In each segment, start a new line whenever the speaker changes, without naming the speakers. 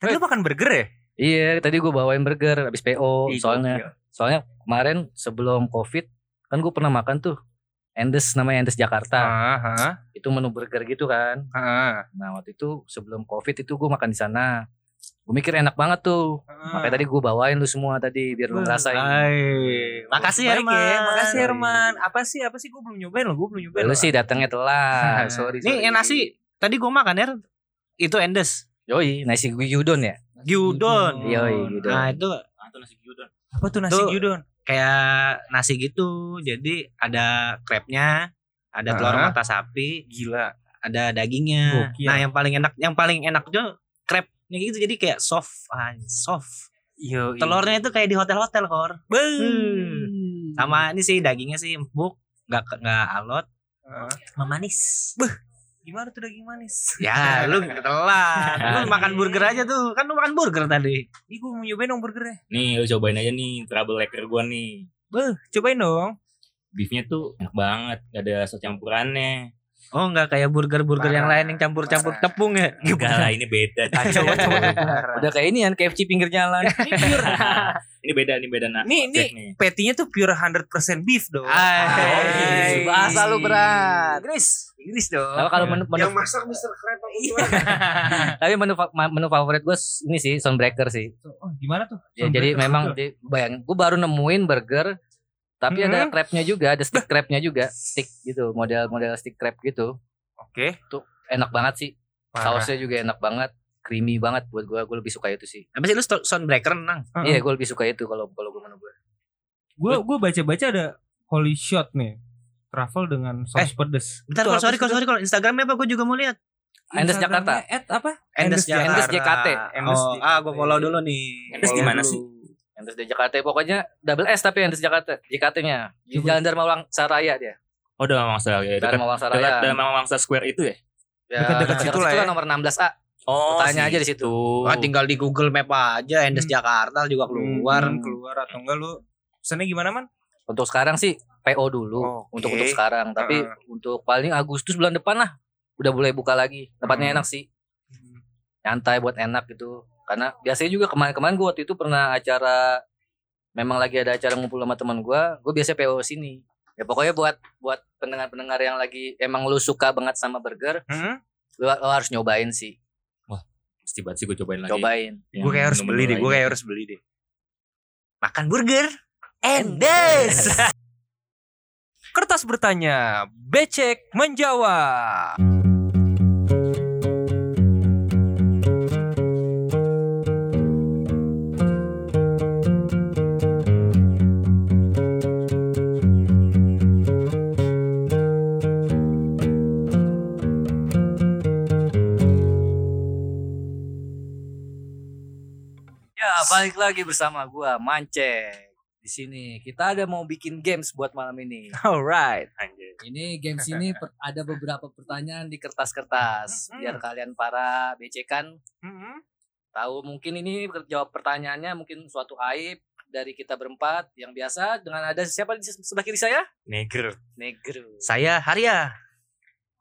Lu makan burger ya?
Iya, tadi gue bawain burger habis PO
Ih,
soalnya.
gokil.
Soalnya kemarin sebelum Covid kan gue pernah makan tuh Endes namanya Endes Jakarta.
Ah, ah,
Itu menu burger gitu kan.
ah,
Nah, waktu itu sebelum Covid itu gue makan di sana. Gue mikir enak banget tuh.
ah.
Makanya tadi gue bawain lu semua tadi biar
Wah,
lu ngerasain.
hai. Makasih
Baik ya,
Herman. makasih
Yoi.
Herman. Apa sih? Apa sih gue belum nyobain loh, gue belum nyobain.
Lu
loh.
sih datangnya telat. sorry, sorry.
Nih, yang nasi tadi gue makan
Er.
ya itu endes.
Yoi, nasi gyudon ya.
Gyudon.
Yoi, gyudon.
Nah, itu
Atau Ah, nasi gyudon.
apa tuh
nasi
gyudon?
Kayak nasi gitu. Jadi ada crabnya, ada telur
Ah.
mata sapi,
Gila.
ada dagingnya.
Gokil.
Nah, yang paling enak, yang paling enak tuh crab. Nih gitu jadi kayak soft, ah, soft.
Yo.
Telurnya itu kayak di hotel-hotel kor.
Hmm.
Sama ini sih dagingnya sih empuk, nggak ke- nggak alot, sama manis.
Gimana tuh daging manis?
Ya, lu telat. lu makan burger aja tuh. Kan lu makan burger tadi.
Ih, gue mau nyobain dong burgernya.
Nih lu cobain aja nih trouble lecker gua nih.
Beuh, cobain dong.
Beefnya tuh enak banget, gak ada saus campurannya.
Oh, nggak kayak burger-burger yang lain yang campur-campur
Parah.
tepung ya.
Enggak lah ini beda.
coba coba.
Udah kayak ini kan KFC pinggir jalan.
Ini pure.
ini beda, ini beda nak.
Nih, nih.
Cek nih.
Petinya tuh pure 100% beef dong.
Ay,
Oh,
Ay.
bahasa lu berat.
Inggris. Inggris dong.
Kalau kalau menu,
Iya.
menu-
masak Mr. Crab apa
tapi menu, fa- ma- menu favorit gue ini sih Soundbreaker sih.
Oh, gimana tuh?
Ya, jadi memang di, bayang, gue baru nemuin burger tapi
Mhm.
ada crabnya juga, ada stick crabnya juga, stick gitu, model-model stick crab gitu.
Oke.
Enak banget sih.
Parah.
Sausnya juga enak banget, creamy banget buat gue. Gue lebih suka itu sih.
Apa sih lu sto- soundbreaker nang?
Heeh.
Iya, gue lebih suka itu kalau kalau gue menu gue.
Gue gue baca-baca ada holy shot nih. Travel dengan saus pedes. Itu
Bentar, kor,
apa
sorry,
sih
kor,
tuh?
sorry, kor. Instagramnya apa? Gue juga mau lihat.
Endes Jakarta.
Instagramnya at apa? Endes
Endes
Jakarta.
Jakarta.
Endes JKT.
Endes
Oh,
JKT.
ah, gue follow dulu nih.
Endes gimana sih?
Endes dari Jakarta pokoknya double S tapi Endes Jakarta. JKT-nya di
Coba.
Jalan Darmawang Saraya dia.
Oh, dalam mangsa ya. Dekat,
Jalan Darmawang Saraya.
dekat dalam mangsa square itu ya?
Ya,
Dekat-dekat situ lah ya.
nomor 16A.
Oh,
Tanya aja di situ.
Wah, tinggal di Google Map aja Endes
Hmm.
Jakarta juga
Keluar,
keluar.
Hmm, keluar atau enggak lu? Pesannya gimana man?
Untuk sekarang sih PO dulu
Oke.
untuk untuk sekarang, tapi
Heeh.
untuk paling Agustus bulan depan lah udah boleh buka lagi. Tempatnya
Hmm.
enak sih. Nyantai buat enak gitu. Karena biasanya juga kemarin-kemarin gue waktu itu pernah acara memang lagi ada acara ngumpul sama teman gue, gue biasanya PO sini. Ya pokoknya buat buat pendengar-pendengar yang lagi emang lu suka banget sama burger,
Hmm?
lu, lu harus nyobain sih.
Pasti banget sih gue cobain lagi.
Cobain.
Yang
Gue kayak harus beli deh.
menu-menu
Gue
lain.
kayak harus beli deh.
Makan burger.
Endes. Kertas bertanya, becek menjawab.
Ya, balik lagi bersama gua Mancek. Di sini kita ada mau bikin games buat malam ini.
Alright.
Ini games ini per- ada beberapa pertanyaan di kertas-kertas biar kalian para BC kan
Hmm?
tahu mungkin ini per- jawab pertanyaannya mungkin suatu aib dari kita berempat yang biasa dengan ada siapa di se- sebelah kiri saya?
Neger.
Negro.
Saya Haria.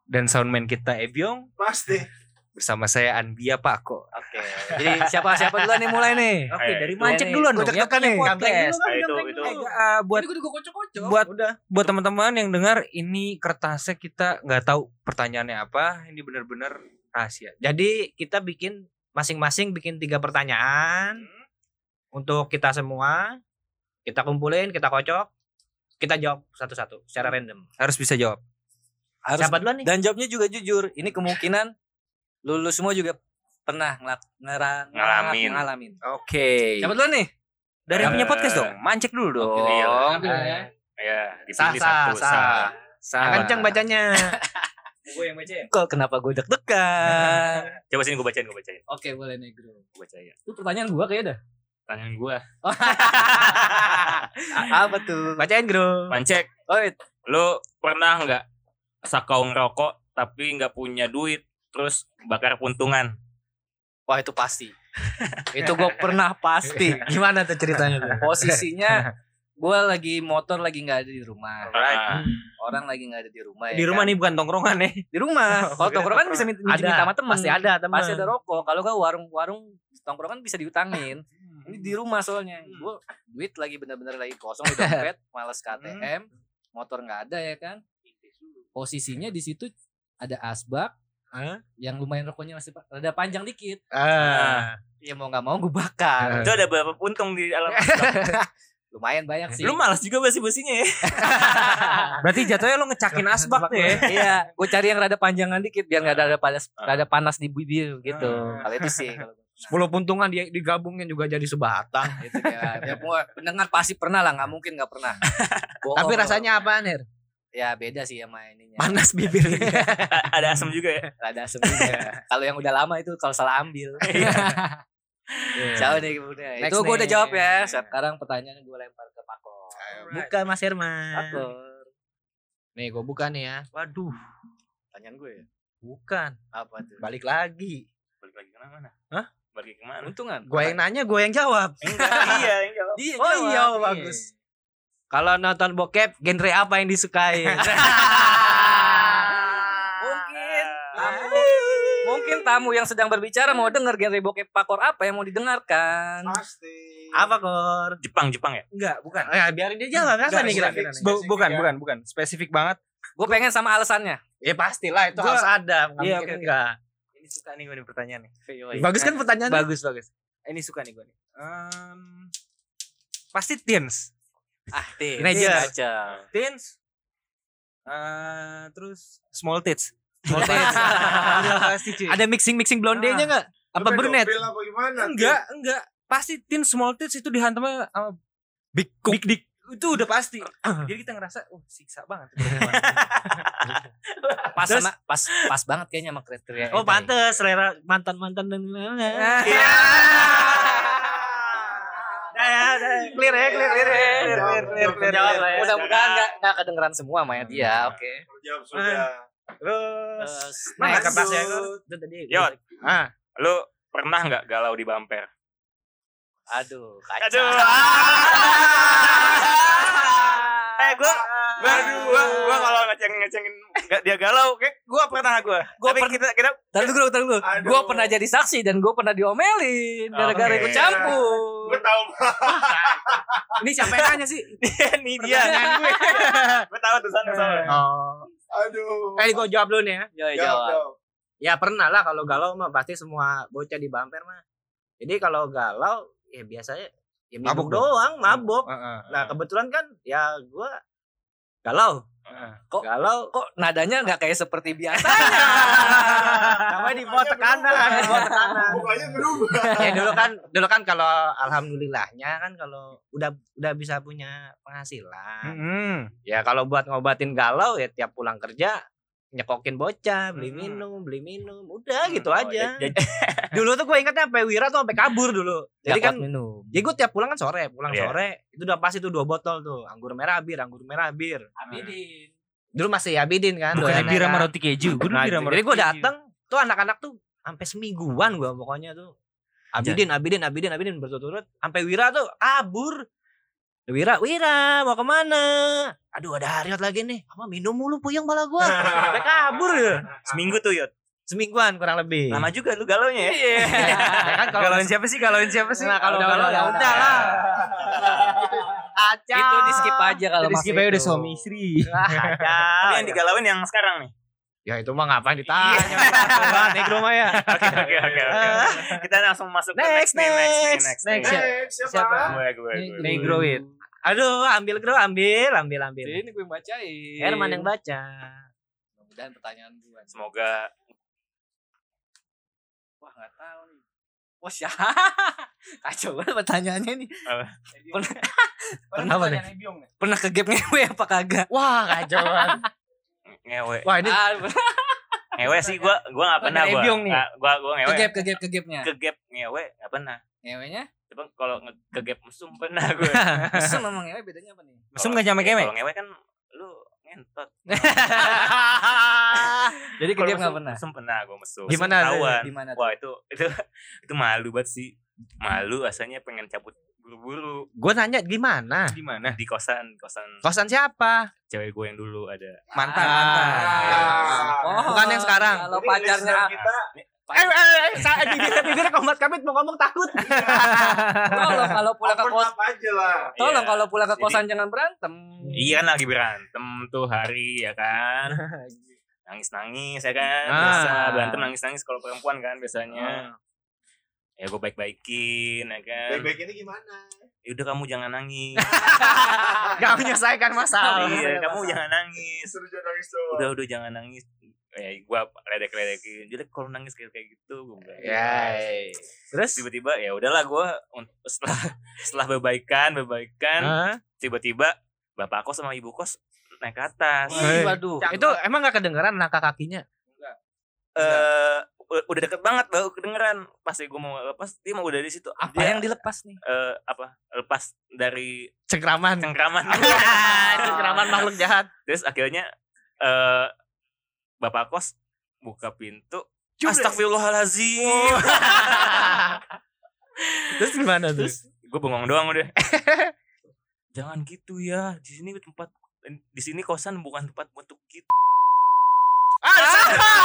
Dan soundman kita Ebyong
Pasti.
bersama saya Anbia Pako.
Oke. Jadi siapa siapa duluan nih mulai nih?
Oke,
Ayo,
dari
itu.
Mancek duluan dong ya.
Kocok-kocokan
punya
nih. Nah,
podcast.
Ah, itu itu.
Eh, eh, buat
gue juga kocok-kocok.
buat buat teman-teman yang dengar ini kertasnya kita nggak tahu pertanyaannya apa ini benar-benar rahasia
Jadi kita bikin masing-masing bikin tiga pertanyaan untuk kita semua. Kita kumpulin, kita kocok, kita jawab satu-satu secara random.
harus bisa jawab
Harus
Siapa duluan nih?
dan jawabnya juga jujur. Ini kemungkinan lulus semua juga pernah ngelak, ngera-
Ngalamin.
ngalamin.
oke
Siapa duluan nih?
dari yang punya
Eh,
podcast dong mancek dulu dong
oke, iya.
Ambil ya.
Ya,
Sah,
dipilih
sah,
satu.
sah.
sah.
Salah.
Kencang bacanya.
gue yang baca ya
Kok kenapa gue deg-degan?
Coba sini gue bacain, gue bacain.
Oke, boleh negro.
Gue bacain.
Itu pertanyaan gua kayaknya dah.
Pertanyaan gue.
A- Apa tuh?
Bacain, Bro.
Mancek,
Oh,
lu pernah nggak sakau ngerokok tapi nggak punya duit terus bakar puntungan
wah itu pasti. itu gue pernah pasti.
Gimana tuh ceritanya?
Posisinya gua lagi motor lagi nggak ada di rumah
Ah,
orang lagi nggak ada di rumah ya
Di rumah
kan?
nih bukan tongkrongan nih.
di rumah
Oh, bukan
kalau tongkrongan bisa minta
Ada.
minta sama teman
Masih Hmm. ada teman.
pasti ada rokok kalau gak warung-warung tongkrongan kan bisa diutangin ini di rumah soalnya
Hmm.
gue duit lagi bener-bener lagi kosong di dompet males
Hmm.
KTM motor nggak ada ya kan posisinya di situ ada asbak
Hah?
yang lumayan rokoknya masih pa- rada panjang dikit
Ah.
ya mau nggak mau gue bakar
Itu ada berapa puntung di alam.
lumayan
Eh,
banyak sih
Lu malas juga basi-basinya ya.
Berarti jatuhnya lo ngecakin asbak tuh ya.
iya gue cari yang rada panjangan dikit biar nggak ada rada panas
Ah.
rada panas di bibir gitu
Ah.
kalau itu sih kalau gua.
10 puntungan dia digabungin juga jadi sebatang.
gitu ya. Ya, gua pendengar pasti pernah lah, nggak mungkin nggak pernah. Bohong
Tapi
loh.
rasanya apa, Nir?
ya beda sih sama ininya.
Panas bibirnya.
A- Ada asam juga ya.
Rada asem juga. kalau yang udah lama itu kalau salah ambil. Jauh deh kemudian.
Iya. Next
Itu gue udah
nih. Iya.
jawab ya. Sekarang pertanyaan gue lempar ke Pako.
buka Mas Herman.
Pako.
Nih, gue buka nih ya.
Waduh.
Pertanyaan gue ya.
Bukan,
Apa tuh?
balik lagi.
Balik lagi ke mana?
Hah?
Balik ke mana?
Untungan.
Gue yang nanya, gue yang jawab.
Enggak, iya, enggak.
Dia jawab.
Oh iya, bagus. Kalau nonton bokep, genre apa yang disukai?
Mungkin tamu, mungkin tamu yang sedang berbicara mau denger genre bokep pakor apa yang mau didengarkan.
apa kor?
Jepang, Jepang ya.
Enggak, bukan.
Ya, biarin dia jawab apa nih kira-kira? nih?
Bu- bukan, bukan, bukan. Spesifik banget.
Gue pengen sama alasannya.
Ya pastilah itu
Gua-
harus ada.
Iya,
Iya,
oke, oke.
enggak.
Ini suka nih gue nih pertanyaan nih.
Bagus kan pertanyaannya?
Iya. Bagus, bagus. Ini suka nih gue nih. Em, pasti teens.
Ah, Tin.
Ini aja.
Baca.
Teens. Eh, terus small tits.
Small tits.
Udah pasti cuy.
Ada mixing-mixing
Ah.
blondenya enggak? Apa Oh, brunette?
enggak, enggak. Pasti teens small tits itu dihantamnya sama big big dick. Itu udah pasti.
Ah.
Jadi kita ngerasa, oh siksa banget.
Pas
Terus-
sama- pas pas banget kayaknya sama kriteria.
Oh
ini.
pantes selera mantan mantan dan
Ah.
Iya. Dah ya, dah. Clear ya, clear, clear, ya, clear, clear, clear, clear.
Jawab lah
clear.
ya. Mudah-mudahan enggak enggak kedengeran semua Hmm, sama dia. Oke.
Jawab
Eh.
sudah.
Terus, nah,
Terus
mana
next.
kertasnya itu? ya, Itu tadi.
Yot.
Ah,
Lu pernah nggak galau di bumper?
Aduh, kacau.
Aduh. Eh, gua gua gua, gua kalau ngeceng-ngecengin nggak dia galau, kayak gua pernah gua.
Gua
Tapi
pernah-
kita kita
Tar dulu, tar dulu.
Aduh.
Gua pernah jadi saksi dan gua pernah diomelin gara-gara
Oke.
ikut campur.
Gue tahu
Ini siapa yang nanya sih?
ini dia.
gue.
Gua tahu tuh sana sana.
Oh.
Aduh.
Eh, gue jawab dulu nih ya.
Ya,
Jawab
jawab.
dong.
Ya pernah lah kalau galau mah pasti semua bocah di bumper mah. Jadi kalau galau ya biasanya ya
Mabuk
mabuk doang, mabok.
Heeh.
Nah kebetulan kan ya gue galau.
Kok-
galau
Kok nadanya nggak kayak seperti biasa?
Namanya di bawah tekanan, di bawah tekanan.
Mukanya berubah.
ya dulu kan dulu kan kalau alhamdulillahnya kan kalau udah udah bisa punya penghasilan.
Heeh.
Ya kalau buat ngobatin galau ya tiap pulang kerja nyekokin bocah, beli
Hmm.
minum, beli minum, udah gitu
Oh,
aja.
jadi-
dulu tuh gue ingatnya sampai Wira tuh sampai kabur dulu. Jadi kan
minum.
jadi gue tiap pulang kan sore, pulang
Iya.
sore itu udah pasti tuh dua botol tuh, anggur merah bir, anggur merah bir.
Abidin.
Dulu masih Abidin kan.
Bukannya
doyannya
bir
kan.
sama roti keju, gue
Nah,
bir sama
jadi
roti
gue
keju.
dateng tuh anak-anak tuh sampai semingguan gue pokoknya tuh.
Iya.
Abidin, Abidin, Abidin, Abidin berturut-turut. Sampai Wira tuh kabur. Wira, Wira mau kemana? Aduh ada Haryot lagi nih. Apa minum mulu puyeng pala gue. Sampai kabur ya.
Seminggu tuh, Yot.
Semingguan kurang lebih.
Lama juga lu galaunya ya.
Ya kan kalau
Galauin siapa sih? Galauin siapa sih?
Nah, kalau
Udah,
galau
udah,
ya
udah.
udah lah. Kacau.
Itu di skip aja kalau
Jadi
masuk
skip aja udah
itu.
suami istri.
Ah, kacau.
Tapi yang digalauin yang sekarang nih.
Ya itu mah ngapain ditanya. Kacau banget nih ke rumah ya.
Oke, Iya, oke, oke, oke. Kita langsung masuk ke
Next,
next, nih, next, nih,
next,
next,
next.
nih.
Eh,
Siapa?
siapa?
Gue, gue, gue.
Negroid.
Aduh, ambil bro, ambil, ambil, ambil.
Jadi ini gue bacain.
Herman yang baca.
Mudah-mudahan pertanyaan gue.
Semoga
Wah nggak tahu nih. Wah ya. Kacau banget pertanyaannya nih.
Apa?
Pernah,
Pernah apa nih?
pernah ke gap ngewe apa kagak?
Wah, kacau banget.
ngewe.
Wah, ini
Ah,
Ngewe sih gue, gue gak pernah
Ada
gue.
Ebyong nih.
Gue, gue
ke
ngewe.
gap ke gap ke gapnya.
Ke gap ngewe gak pernah.
Ngewenya?
Tapi kalau nge- ke gap mesum pernah gue.
Mesum sama ngewe bedanya apa nih?
Mesum gak nyampe kemek?
Kalau ngewe kan lu ngentot.
Jadi ke
Kalau
gap nggak
mesum-
pernah.
Mesum pernah gue mesum.
Gimana
Mesum ketahuan.
Di mana? tuh?
Wah itu itu itu malu banget sih. Malu asalnya pengen cabut buru-buru
Gue nanya gimana?
di mana?
di kosan kosan
Kosan siapa?
cewek gue yang dulu ada
Mantan.
Ah. Oh,
Ah.
Bukan yang sekarang.
Kalau
Jadi
pacarnya
listener kita
Eh, eh, eh, sa- bibirnya bibirnya kombat kabit mau ngomong takut.
tolong kalau pulang ke
open
kosan
up aja lah.
tolong
Iya.
kalau pulang ke
Jadi-
kosan jangan berantem.
iya kan lagi berantem tuh hari ya kan nangis nangis ya kan
Ah.
biasa berantem nangis nangis kalau perempuan kan biasanya ya gue baik baikin ya kan
Baik-baik ini gimana?
ya udah kamu jangan nangis
Gak menyelesaikan masalah.
iya kamu jangan nangis
Suruh jangan nangis doang.
udah udah jangan nangis ya gue ledek ledekin jadi kalau nangis kayak kayak gitu gue bilang
Iya,
Ya. Terus?
tiba-tiba ya udahlah gue setelah setelah berbaikan berbaikan
Hah?
tiba-tiba bapak kos sama ibu kos naik ke atas
Ih,
Eh.
Waduh.
Itu emang gak kedengeran langkah kakinya?
eh u- udah deket banget baru kedengeran pas gue mau lepas dia mau udah di situ
apa
Dia,
yang dilepas nih?
eh, apa lepas dari
Cengkraman.
cengkraman
Cengkraman makhluk jahat.
terus akhirnya eh bapak kos buka pintu Astagfirullahalazim
Terus gimana tuh?
terus gue bengong doang udah jangan gitu ya di sini tempat di sini kosan bukan tempat untuk gitu." kita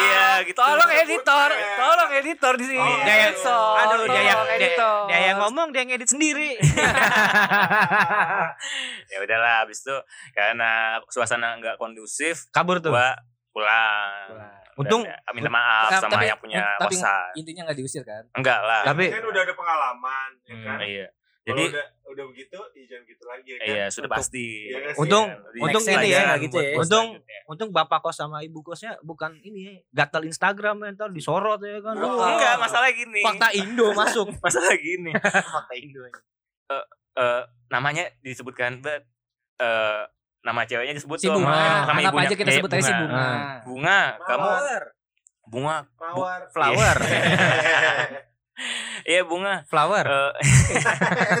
iya gitu
Ah,
Iya.
Tolong editor, tolong editor di sini. Editor,
Oh, dia yang-
aduh, dia
tolong
yang- dia-
editor.
Dia yang ngomong, dia yang edit sendiri.
ya udahlah abis itu karena suasana nggak kondusif
Kabur tuh.
gua pulang
Untung-
Dan, ya, minta maaf
Nah,
sama
tapi-
yang punya
tapi-
kosan
Intinya nggak diusir kan?
enggak lah
Tapi
Kan udah ada pengalaman, ya
Hmm,
kan?
iya
Jadi
jadi
udah udah begitu, ya jangan gitu lagi ya kan.
iya sudah pasti
Iya kan sih?
Untung-
Jadi
untung
next
ini ya,
kan,
pelajaran
gitu
buat
ya.
gua
Untung-
selanjutnya.
Untung bapak kos sama ibu kosnya bukan ini gatal Instagram ya, ntar disorot ya kan.
Wah.
Wah.
Oh.
enggak masalah gini
Fakta Indo masuk.
masalah gini
Fakta Indo.
Eh, namanya disebutkan but eh, nama ceweknya disebut
Si
tuh sama-
Bunga.
sama
Ah, Anggap
ibunya.
aja kita
Eh,
sebut aja si Bunga.
bunga kamu
Mawar,
bunga
mawar,
flower.
Hehehe.
iya bunga
Flower.
Eh,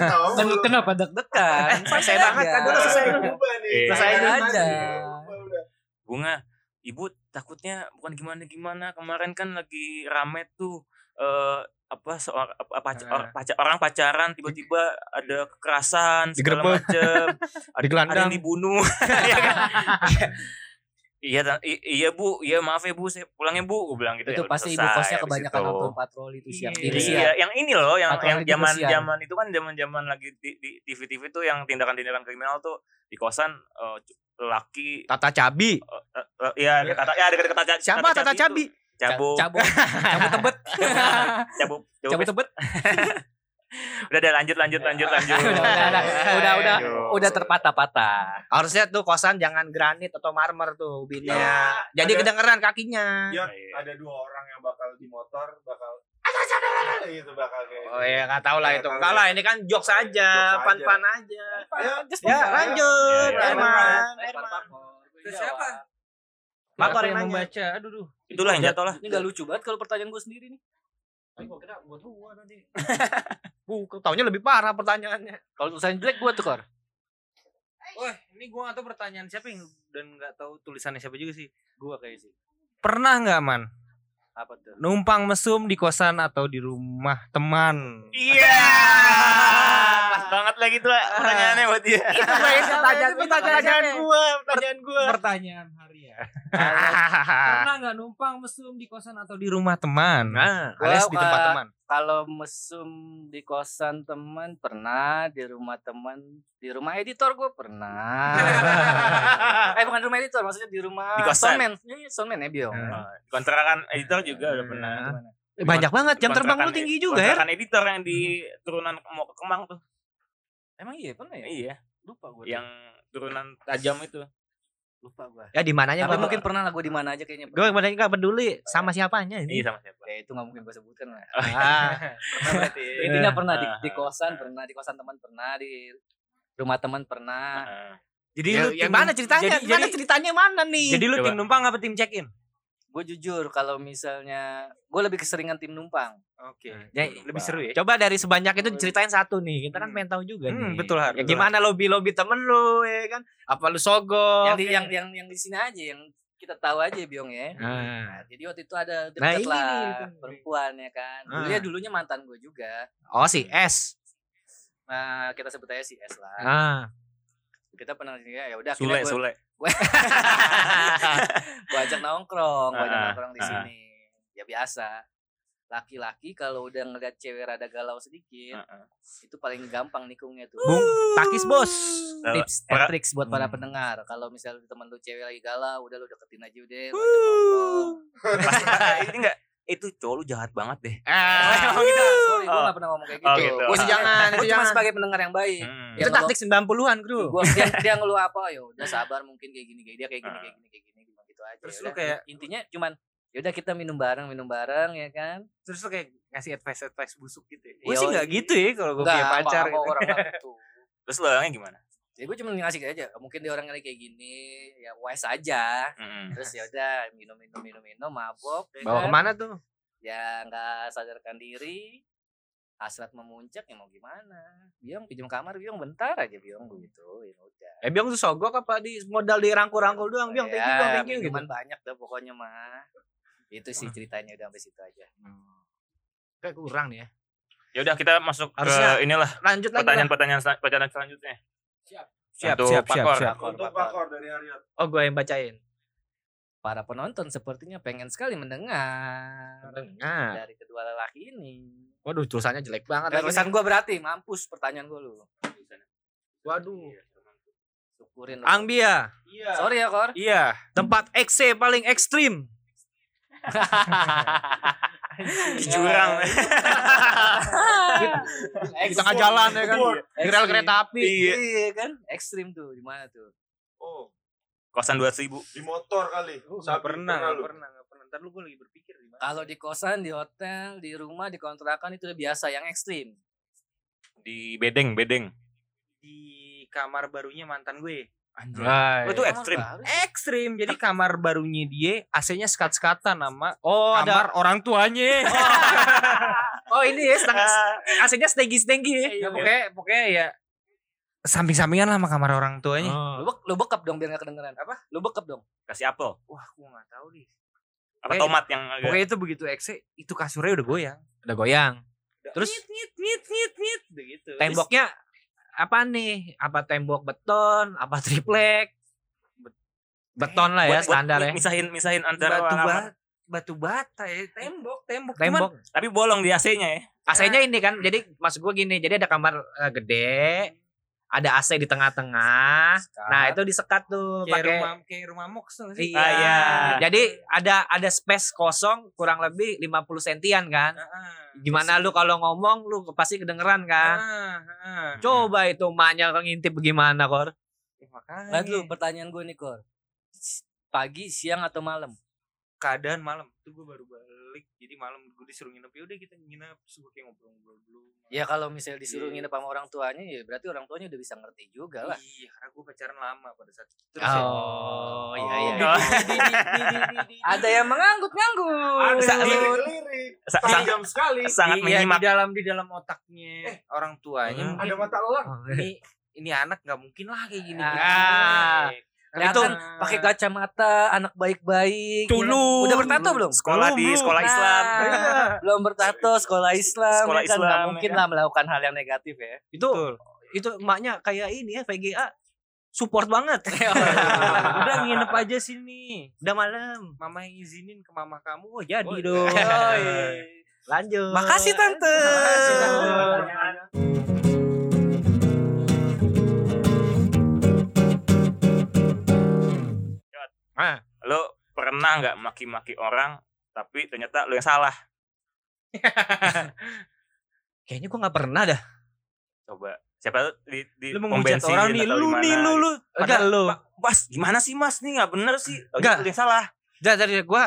Tahu
Kan
lu.
kenapa deg-degan?
Selesai banget kan,
Udah
udah
selesai
selesai.
lu berubah nih.
Iya.
Selesai
Selesai
lu
aja.
berubah udah.
bunga ibu takutnya bukan gimana gimana kemarin kan lagi rame tuh eh apa seorang
Ah.
Nah.
orang pacaran tiba-tiba ada kekerasan segala
Digerebek.
macem
Di
ada yang dibunuh Iya kan? iya ta- i- iya bu iya maaf ya bu saya pulangnya bu gue bilang gitu
Itu
ya, udah
pasti ibu
selesai
kosnya
abis
kebanyakan
itu.
nonton patroli itu siang
Iya,
diri siang.
yang ini loh, yang
Patroli
yang
di
zaman
Rusia.
zaman itu kan zaman zaman lagi di di TV-TV tuh yang tindakan-tindakan kriminal tuh di kosan eh, laki
Tata Cabi.
eh, eh, ya kata ya ada kata kata
Siapa Tata Cabi?
Cabu,
Cabut, cabut tebet.
cabu, cabu,
Cabut tebet.
Ya, Udah deh lanjut lanjut lanjut lanjut.
Udah, udah, udah. Udah, udah.
Lanjut.
Udah terpatah-patah.
Harusnya tuh kosan jangan granit atau marmer tuh
Iya.
ubinnya. Jadi
Ada-
kedengeran kakinya.
Iya,
Iya.
ada dua orang yang bakal di motor bakal gitu bakal kayak
Oh ya nggak tahu lah
Nggak
itu.
tahu.
Enggak lah ini kan jokes aja, iya,
Jokes aja.
pan-pan aja. Ya
Ya,
lanjut,
ya, ya.
Herman.
Itu siapa?
Lapor yang nanya.
membaca? Aduh, duh.
Itulah yang jatuh lah.
Ini gak lucu banget kalau pertanyaan gue sendiri nih.
Uh, taunya lebih parah pertanyaannya.
Kalau tulisan jelek gue tuh kor.
Wah, ini gua gak tahu pertanyaan siapa yang dan gak tahu tulisannya siapa juga sih.
Gue kayak sih.
Pernah nggak man
Apa tuh?
numpang mesum di kosan atau di rumah teman?
Iya. Pas banget lagi tuh lah pertanyaannya buat dia.
Itu banyak pertanyaan,
Itu
itu
pertanyaan
pertanyaan
siapa?
gua, pertanyaan gua.
Pertanyaan harian. Pernah nggak numpang mesum di kosan atau di rumah teman?
Nah, alias di tempat
Gua-
teman.
Kalau mesum di kosan teman pernah, di rumah teman, di rumah editor gue pernah. eh bukan di rumah editor, maksudnya di rumah
Di kosan.
soundman. Iya, soundman ya, Biong.
Hmm.
Kontrakan editor juga udah pernah.
Eh, Banyak banget jam terbang lu
Kontrakan-
tinggi juga ya.
Kontrakan editor yang di turunan mau ke Kemang tuh.
Emang iya pernah ya?
Iya,
Lupa gue.
yang turunan tajam itu.
lupa gue.
Ya di mananya
Tapi
gua
mungkin pernah lah gue di mana aja kayaknya. pernah.
gua paling enggak peduli sama siapanya ini.
Iya sama siapa?
Ya itu gak mungkin gue sebutkan lah.
Oh, iya.
Ah,
Intinya pernah di,
Ah.
di kosan, pernah di kosan teman, pernah di rumah teman pernah.
Heeh.
Jadi
ya,
lu tim
gimana ceritanya?
Jadi,
gimana
jadi-
ceritanya mana nih?
jadi lu
Coba.
tim numpang apa tim check in?
Gue jujur kalau misalnya gue lebih keseringan tim numpang.
Oke.
Jadi
Lebih seru ya.
Coba dari sebanyak itu ceritain satu nih. Kita
Hmm.
kan pengen tahu juga
Hmm,
nih.
betul, Har.
Ya,
Betul,
gimana lobby-lobby temen lu ya kan? Apa lu
yang
sogok?
di
ya?
yang yang yang di sini aja yang kita tahu aja Biong ya.
Ah.
Nah, jadi waktu itu ada deket
Nah, ini
lah
nih, itu.
perempuan ya kan. Dulunya dulunya mantan gue juga.
Oh si S.
nah, kita sebut aja si S lah.
Ah.
Kita pernah ya ya udah
Sule,
akhirnya gua-
Sule.
gua ajak nongkrong, gua ajak
Ah,
nongkrong di
ah.
sini. Ya biasa. Laki-laki kalau udah ngeliat cewek rada galau sedikit,
Heeh.
itu paling gampang nikungnya tuh.
Bung takis bos.
Kalau-
Tips and
para-
tricks buat para
Hmm.
pendengar. Kalau misalnya teman lu cewek lagi galau, udah lu deketin aja udah, lu ajak nongkrong.
Ini enggak itu cowok lu jahat banget deh.
Oh,
Ah.
emang gitu. Sorry, gue
Oh.
gak pernah ngomong kayak gitu.
Oh, gitu.
Gua
Oh,
jangan,
Gua
itu
cuma
jangan.
sebagai pendengar yang baik.
Hmm.
Ya,
Itu taktik 90-an, Bro.
Gua dia, dia ngeluh apa ya udah sabar mungkin kayak gini kayak dia kayak gini kayak gini kayak gini cuma gitu aja.
Terus
ya
lu
udah.
kayak-
intinya cuman ya udah kita minum bareng minum bareng ya kan.
Terus lu kayak ngasih advice advice busuk gitu ya.
Gue sih
Yoi.
gak gitu ya kalau gue
Nggak,
punya pacar
sama- sama
gitu.
orang nggak gitu.
Terus lo orangnya gimana?
Ya gue cuma ngasih aja mungkin dia orangnya kayak gini ya wise aja.
Mm-mm.
Terus ya udah minum minum minum minum mabok. ya
Bawa
kan.
kemana tuh?
Ya nggak sadarkan diri. Hasrat memuncak ya mau gimana? Biong pinjam kamar, Biong bentar aja Biong gitu. Ya udah.
Eh Biong tuh sogok apa di modal di rangkul-rangkul doang Biong thank you
Iya,
Biong thank you gitu.
Ya, minuman banyak dah pokoknya mah. Itu sih ceritanya udah sampai situ aja.
Kayak kurang nih ya.
Ya udah kita masuk
Harusnya-
ke inilah
Lanjut lagi. Bang.
pertanyaan-pertanyaan sel- pertanyaan selanjutnya.
Siap,
Untuk
siap, siap,
Pakor.
siap.
Untuk pakor dari Ariot.
Oh gue yang bacain.
Para penonton sepertinya pengen sekali mendengar
Nah,
dari kedua lelaki ini.
waduh tulisannya jelek banget lagi.
Tulisan gua berarti mampus pertanyaan gua lu.
Waduh.
Syukurin lu.
Angbia.
Iya.
Sorry ya Kor.
Iya. Tempat ekse paling ekstrim.
Jurang.
Di tengah jalan ya kan. Di rel
Ekstrim.
kereta api.
Iya. kan? Ekstrim tuh di mana tuh?
Oh,
Kosan 2000.
di motor kali.
Gak
Sapi,
pernah,
pernah
gak
lu.
pernah, gak pernah. Ntar lu gue lagi berpikir di mana.
Kalau di kosan, di hotel, di rumah, di kontrakan itu udah biasa yang ekstrim.
di bedeng bedeng
di kamar barunya mantan gue.
Ah. Iya,
Oh,
iya.
itu ekstrim
Harus.
Ekstrim. Jadi kamar barunya dia AC-nya sekat-sekatan sama
Oh ada.
kamar orang tuanya.
Oh ini ya setengah. Aslinya stenggi-stenggi ya.
ya, pokoknya, pokoknya ya samping-sampingan lah sama kamar orang tuanya.
Lu, bek- lu bekap dong biar gak kedengeran. Apa? Lu bekap dong.
kasih apel
Wah, gue gak tahu deh. Oke.
apa tomat yang agak
Pokoknya itu begitu ekse, itu kasurnya udah goyang.
Udah goyang. Terus-
ngit ngit ngit ngit ngit udah gitu.
Temboknya apa nih? Apa tembok beton? Apa triplek? Bet- Beton lah ya
Buat- buat
standar ya.
misahin misahin antara
batu
laman.
bata, batu bata ya, tembok, tembok. Cuman
Tembok.
tapi bolong di AC-nya ya
AC-nya ini kan, jadi maksud gue gini, jadi ada kamar eh, gede, ada AC di tengah-tengah. Nah itu disekat tuh
kayak
pakai.
rumah kayak rumah moks tuh nggak sih?
Iya.
Ah, iya.
Jadi ada ada space kosong kurang lebih 50 sentian kan.
Heeh.
Gimana lu kalau ngomong lu pasti kedengeran kan?
Heeh, heeh.
Coba itu emaknya ngintip gimana kor?
Ya, makanya.
Lihat lu pertanyaan gue nih Kor. S- Pagi, siang atau malam?
keadaan malam tuh gue baru balik jadi malam gue disuruh nginep ya udah kita nginep terus gue kayak ngobrol-ngobrol dulu
Ya kalau misalnya disuruh
Iya.
nginep sama orang tuanya ya berarti orang tuanya udah bisa ngerti juga lah.
iya karena gue pacaran lama pada saat itu terus ya,
Oh, iya iya.
Oh.
ya? Ada yang
Ah,
menganggut-nganggut.
Ada.
Lirik-lirik.
Sa-
Setengah
sang-
jam sekali.
sangat
Iya,
menyimak
di dalam di dalam otaknya
Eh,
orang tuanya
Hmm.
Ada
mungkin
mata lelah.
oh,
ini ini anak nggak mungkin lah kayak gini
Ah.
Iya, itu
Itu pakai kacamata anak baik-baik.
Tulung.
Udah bertato belum?
sekolah di sekolah Islam
Nah, belum bertato sekolah Islam
Sekolah
ya kan nggak
Islam,
mungkin
ya Eh,
lah melakukan hal yang negatif ya
Itu itu emaknya kayak ini ya VGA support banget.
udah nginep aja sini
Udah malam.
Ah. mama yang izinin ke mama kamu oh jadi
Oh,
dong
Lanjut.
makasih tante
Makasih,
Tante.
lo pernah nggak maki-maki orang tapi ternyata lo yang salah
Kayaknya gua nggak pernah dah.
coba siapa tahu di di
lu
pom
menghujat
bensin
orang nih
atau
lu
di
nih
mana.
lu lu
Enggak lu.
Ma- mas gimana sih mas nih nggak bener sih Taunya
Enggak.
lo yang salah
Dari, dari gue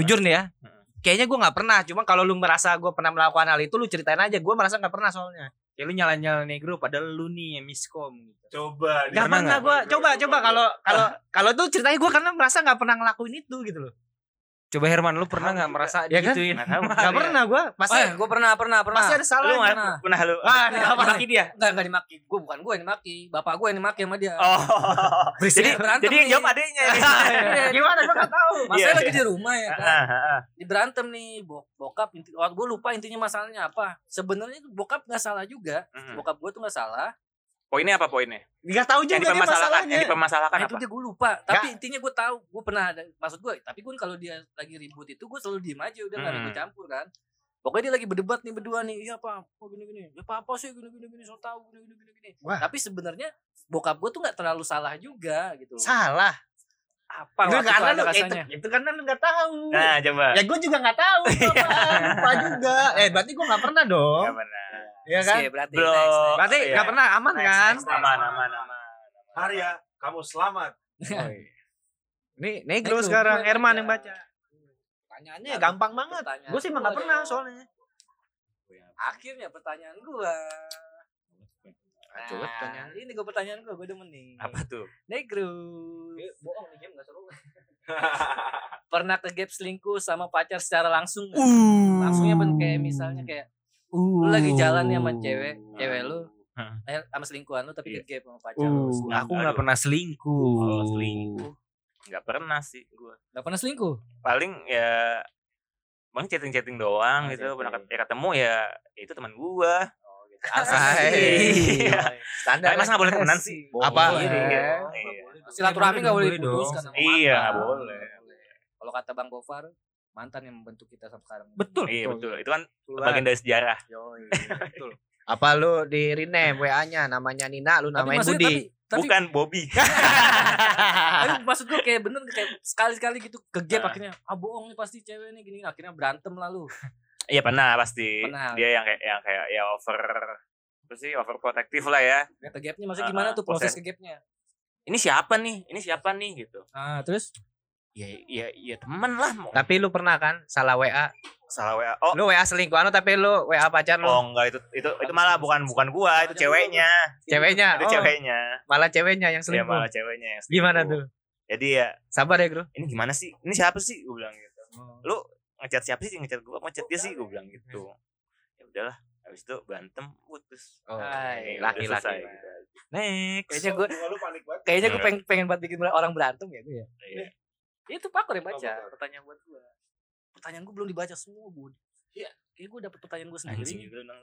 jujur nih ya.
Heeh.
Kayaknya gue nggak pernah. Cuma kalau lu merasa gue pernah melakukan hal itu, lu ceritain aja. Gue merasa nggak pernah soalnya.
ya lu nyala nyala negro padahal lu nih yang miskom gitu
Coba.
Gak
Pernah
pernah
nggak?
gue. Coba coba kalau kalau kalau tuh ceritanya gue karena merasa nggak pernah ngelakuin itu gitu loh.
Coba Herman lu pernah nggak merasa
Ya kan?
digituin?
Nggak tahu.
Gak pernah gue Pasti
Eh, gue pernah, pernah, pernah.
pasti ada salah
Nah, Lu nggak
Pernah.
pernah lu. Nah,
Ah, ini apa
lagi dia?
Enggak, enggak dimaki. Gue bukan gue yang dimaki. Bapak gue yang dimaki sama dia.
Oh.
Berisik,
jadi
berantem
jadi yang
nih.
jawab adiknya.
Gimana gue gak tau
Masalahnya
Iya,
lagi di rumah ya kan.
Ah, ah, ah.
Di berantem nih, bok bokap inti waktu gue lupa intinya masalahnya apa. Sebenarnya tuh bokap nggak salah juga.
Mm.
Bokap gue tuh nggak salah.
Poinnya apa poinnya?
Gak tau juga dia
Yang dipermasalahkan,
masalahnya
yang dipermasalahkan
Nah, itu
apa?
dia gue lupa. Tapi intinya gue tahu. Gue pernah ada maksud gue. Tapi gue kalau dia lagi ribut itu gue selalu diem aja udah nggak ada
Hmm.
gue campur kan. Pokoknya dia lagi berdebat nih berdua nih. Iya apa? Oh, gini gini. Ya apa apa sih gini gini gini. So tahu gini gini gini gini.
Wah.
Tapi sebenarnya bokap gue tuh nggak terlalu salah juga gitu.
Salah
Nah,
apa? waktu
Itu
itu ada
karena lu itu,
rasanya?
itu karena lu gak tau
Nah, coba.
Ya gue juga gak tau Lupa juga Eh berarti gue gak pernah dong
Nggak pernah.
Iya kan
Oke, berarti
Belum.
next, next.
Berarti
Iya.
gak pernah aman
Nice,
kan
nice,
Aman, aman, aman.
Arya, kamu selamat.
Nah,
Ini
Nah,
negro
Negro,
sekarang
gue
Herman
aja.
yang baca Pertanyaannya gampang banget
Pertanyaan
Gue sih emang gak
gua
pernah
dong.
soalnya
Akhirnya pertanyaan gua. Nah,
coba pertanyaan.
Ini gua pertanyaan gua, gua demen nih.
Apa tuh?
Negro.
Bohong nih game gak seru
Pernah ke gap selingkuh sama pacar secara langsung? nggak? Langsungnya pun kayak misalnya kayak lu lagi jalan nih sama cewek, cewek lu
Heeh.
eh, sama selingkuhan lu tapi
Iya.
ke gap sama pacar lu.
Uh, aku nggak
Aduh.
pernah Oh, selingkuh.
Kalau selingkuh. Nggak pernah sih gua.
Gak pernah selingkuh.
paling ya bang chatting chatting doang
Oh,
gitu pernah
chatting.
ket- ya ketemu ya ya itu teman gua
Asik.
Oh, gitu. Iya.
Standar
tapi masa nggak boleh temenan sih
Apa?
Iya,
Boleh.
iya.
Silaturahmi gak boleh
Boleh dong.
diputuskan sama
Iya,
mantan.
nggak boleh.
Kalau kata Bang Gofar, mantan yang membentuk kita sampai sekarang.
Betul.
iya betul itu kan bagian dari sejarah
Yoi.
Apa lu di rename WA-nya namanya Nina lu
Tapi
namain
maksudnya-
Budi.
tapi- tapi
bukan Bobby
tapi maksud gue kayak bener kayak sekali-sekali gitu ke gap akhirnya ah bohong nih pasti cewek nih gini akhirnya berantem lalu
iya pernah pasti
Pernah.
dia yang kayak yang kayak ya over apa sih overprotective lah ya
ke gapnya maksudnya gimana tuh proses
Proses.
ke gapnya
ini siapa nih ini siapa nih gitu
ah terus
ya ya ya teman lah mau
Tapi lu pernah kan salah WA?
salah wa oh
Lu WA selingkuhan lu anu, tapi lu WA pacar
oh
lu.
enggak itu itu itu malah bukan bukan gua itu ceweknya
Ceweknya.
itu
oh,
ceweknya
Malah ceweknya yang
ya
selingkuh.
malah Oh. ceweknya yang selingkuh.
Gimana tuh?
jadi ya
Sabar ya, Bro.
ini gimana sih ini siapa sih gue bilang gitu lu ngechat siapa sih ngechat gue ngechat dia sih gue bilang gitu ya udahlah habis itu berantem putus
Oh,
Hai,
Ya udah
laki-laki.
selesai, gitu. Nah,
next kayaknya
Kayaknya
gue
Lu panik banget.
kayaknya gue pengen pengen banget bikin orang berantem ya gue ya
Iya.
itu pak yang baca
Oh, betul.
pertanyaan buat gue pertanyaan gue belum dibaca semua gue
Iya.
kayak gue dapet pertanyaan gue sendiri
anjing
nih.
gitu nang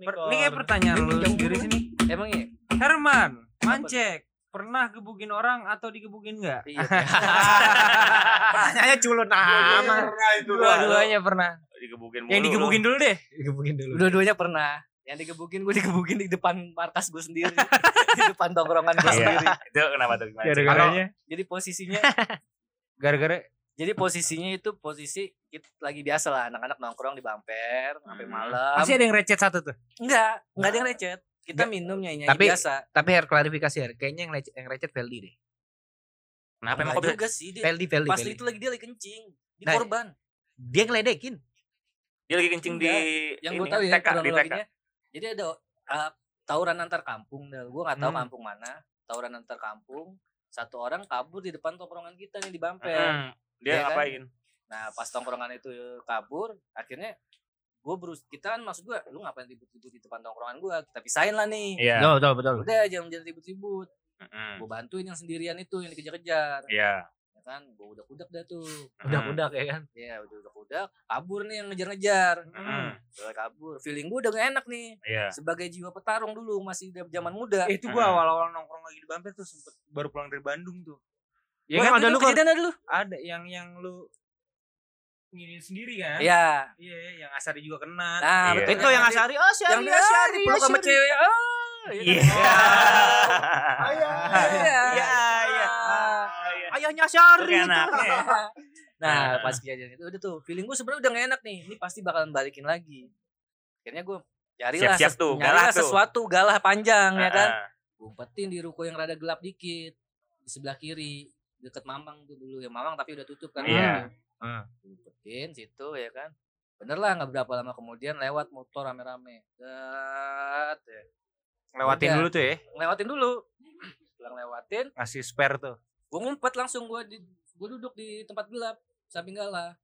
Per- ini kayak pertanyaan lu sendiri sini.
emang ya
Herman, mancek. Pernah gebukin orang atau digebukin nggak? Iya,
iya
Pertanyaannya culun amat.
Pernah itu.
Dua-duanya Iya, pernah.
digebukin mulu
Yang digebukin dulu deh.
Gebukin dulu.
dua-duanya pernah yang digebukin gue digebukin di depan markas gue sendiri di depan tongkrongan gue
Iya.
sendiri
itu kenapa tuh
Iya,
gimana sih? Kalau-
Gara-garanya.
jadi posisinya
Gara-gara
jadi posisinya itu posisi kita lagi biasa lah anak-anak nongkrong di bamper sampai
Hmm.
malam
pasti ada yang recet satu tuh.
enggak enggak ada yang recet kita minum nyanyi nyanyi
Tapi-
biasa
Tapi harus klarifikasi ya, kayaknya yang recet, yang recet Veldi deh.
kenapa
Enggak
emang kok bisa
juga sih dia
Veldi, Veldi,
pas
Veldi.
itu lagi dia lagi kencing di
Nah,
korban
Dia ngeledekin.
dia lagi kencing di
yang gue
ini, kan
tahu ya
TK, di TK
kronologinya jadi ada uh, tawuran antar kampung dan gue nggak tahu
Hmm.
kampung mana tawuran antar kampung satu orang kabur di depan tongkrongan kita nih di bamper
Mm-mm. dia
Iya kan?
ngapain
Nah pas tongkrongan itu kabur, akhirnya gue berus kita kan maksud gue lu ngapain ribut-ribut di depan tongkrongan gue kita pisahin lah nih
iya
Betul, betul, betul.
udah jangan jangan ribut-ribut
Mm-mm.
gue bantuin yang sendirian itu yang dikejar-kejar
iya
ya kan gue udah kudak dah tuh
Hmm.
Udah-udah ya kan.
ya udah udah kudak kabur nih yang ngejar-ngejar Hmm.
Mm-mm.
udah kabur feeling gue udah gak enak nih
Hmm, iya
sebagai jiwa petarung dulu masih di zaman muda
Eh, itu gua
Hmm.
awal-awal nongkrong lagi di Bamper tuh sempet baru pulang dari Bandung tuh. Ya
Iya
Wah,
kan
itu
ada
tuh
lu kan?
kejadian ada lu
Ada yang yang lu nginin sendiri kan?
ya
Iya, yang Asari juga kena.
nah
Iya.
betul
Itu yang Asari, oh Asari,
yang dia
Asari,
peluk sama
Asari.
cewek ah ya kan?
iya
Iya.
iya iya
Ah.
Iya.
Ayahnya Asari.
Itu enak.
tuh.
Iya. Nah,
Nah.
pas kejadian itu udah tuh feeling gue sebenarnya udah gak enak nih. Ini pasti bakalan balikin lagi. Akhirnya gue carilah
Siap-siap tuh,
nyarilah
galah tuh.
sesuatu galah panjang ya kan.
Ah,
Gue umpetin di ruko yang rada gelap dikit di sebelah kiri deket Mamang tuh dulu ya Mamang tapi udah tutup kan.
Iya.
Nah, gua Umpetin situ ya kan. Bener lah nggak berapa lama kemudian lewat motor rame-rame. Dat, ya.
Lewatin
Udah.
Iya.
dulu tuh ya,
Lewatin dulu. Pulang lewatin
ngasih spare tuh.
gue ngumpet langsung gue di gue duduk di tempat gelap samping gala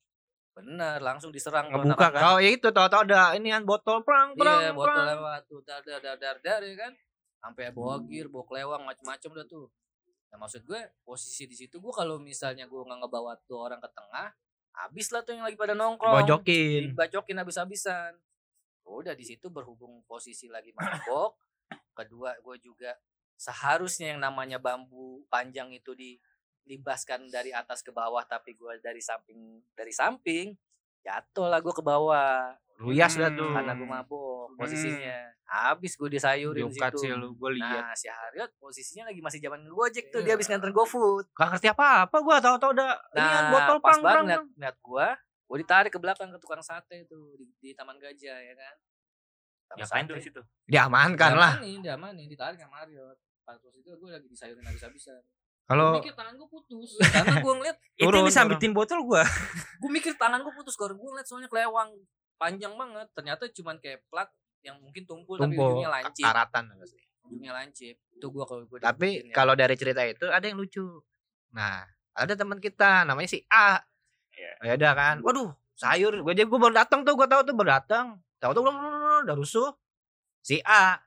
bener langsung diserang tuh
Ngebuka
anak-anak.
kan? Oh iya itu tahu-tahu ada ini kan botol perang perang.
iya botol
perang.
lewat tuh dar dar dar dar dar ya kan sampai bawa
Hmm.
gear bawa kelewang macem-macem udah tuh nah maksud gue posisi di situ gue kalau misalnya gue nggak ngebawa tuh orang ke tengah habis lah tuh yang lagi pada nongkrong
Bojokin.
dibacokin habis-habisan udah di situ berhubung posisi lagi mabok kedua gue juga seharusnya yang namanya bambu panjang itu dilibaskan dari atas ke bawah tapi gue dari samping dari samping jatuh lah gue ke bawah
Luyas dah
Hmm.
tuh.
karena gue mabok posisinya habis gue disayurin di
Jokat Hmm. sih
situ
lu, Iya. gue lihat.
nah si Haryot posisinya lagi masih zaman gojek tuh dia habis
Iya.
nganter GoFood
Gak ngerti apa-apa gue tahu-tahu udah ini kan
Nah,
botol
pas
perang
banget
perang.
ngeliat, ngeliat gua, gua ditarik ke belakang ke tukang sate tuh di, di Taman Gajah ya kan. Tukang
Ngapain tuh di situ?
Diamankan lah.
Diamanin, diamanin, ditarik sama Mario. Pas terus itu gua lagi disayurin habis-habisan. Gua
Kalau
mikir tangan gua putus, karena gua ngeliat,
Itu yang
Turun,
disambitin botol gua.
gua mikir tangan gua putus, gua gua ngeliat soalnya kelewang panjang banget. Ternyata cuman kayak plat yang mungkin tumpul, tapi
tumpul
ujungnya lancip,
karatan pasti.
ujungnya lancip. Itu gua kalau gua
Tapi
diikutin ya.
kalau dari cerita itu ada yang lucu. Nah, ada teman kita namanya si A.
Iya.
Ya udah kan. Waduh, sayur. Gue jadi gue baru datang tuh, gue tahu tuh baru datang. Tahu tuh udah rusuh. Si A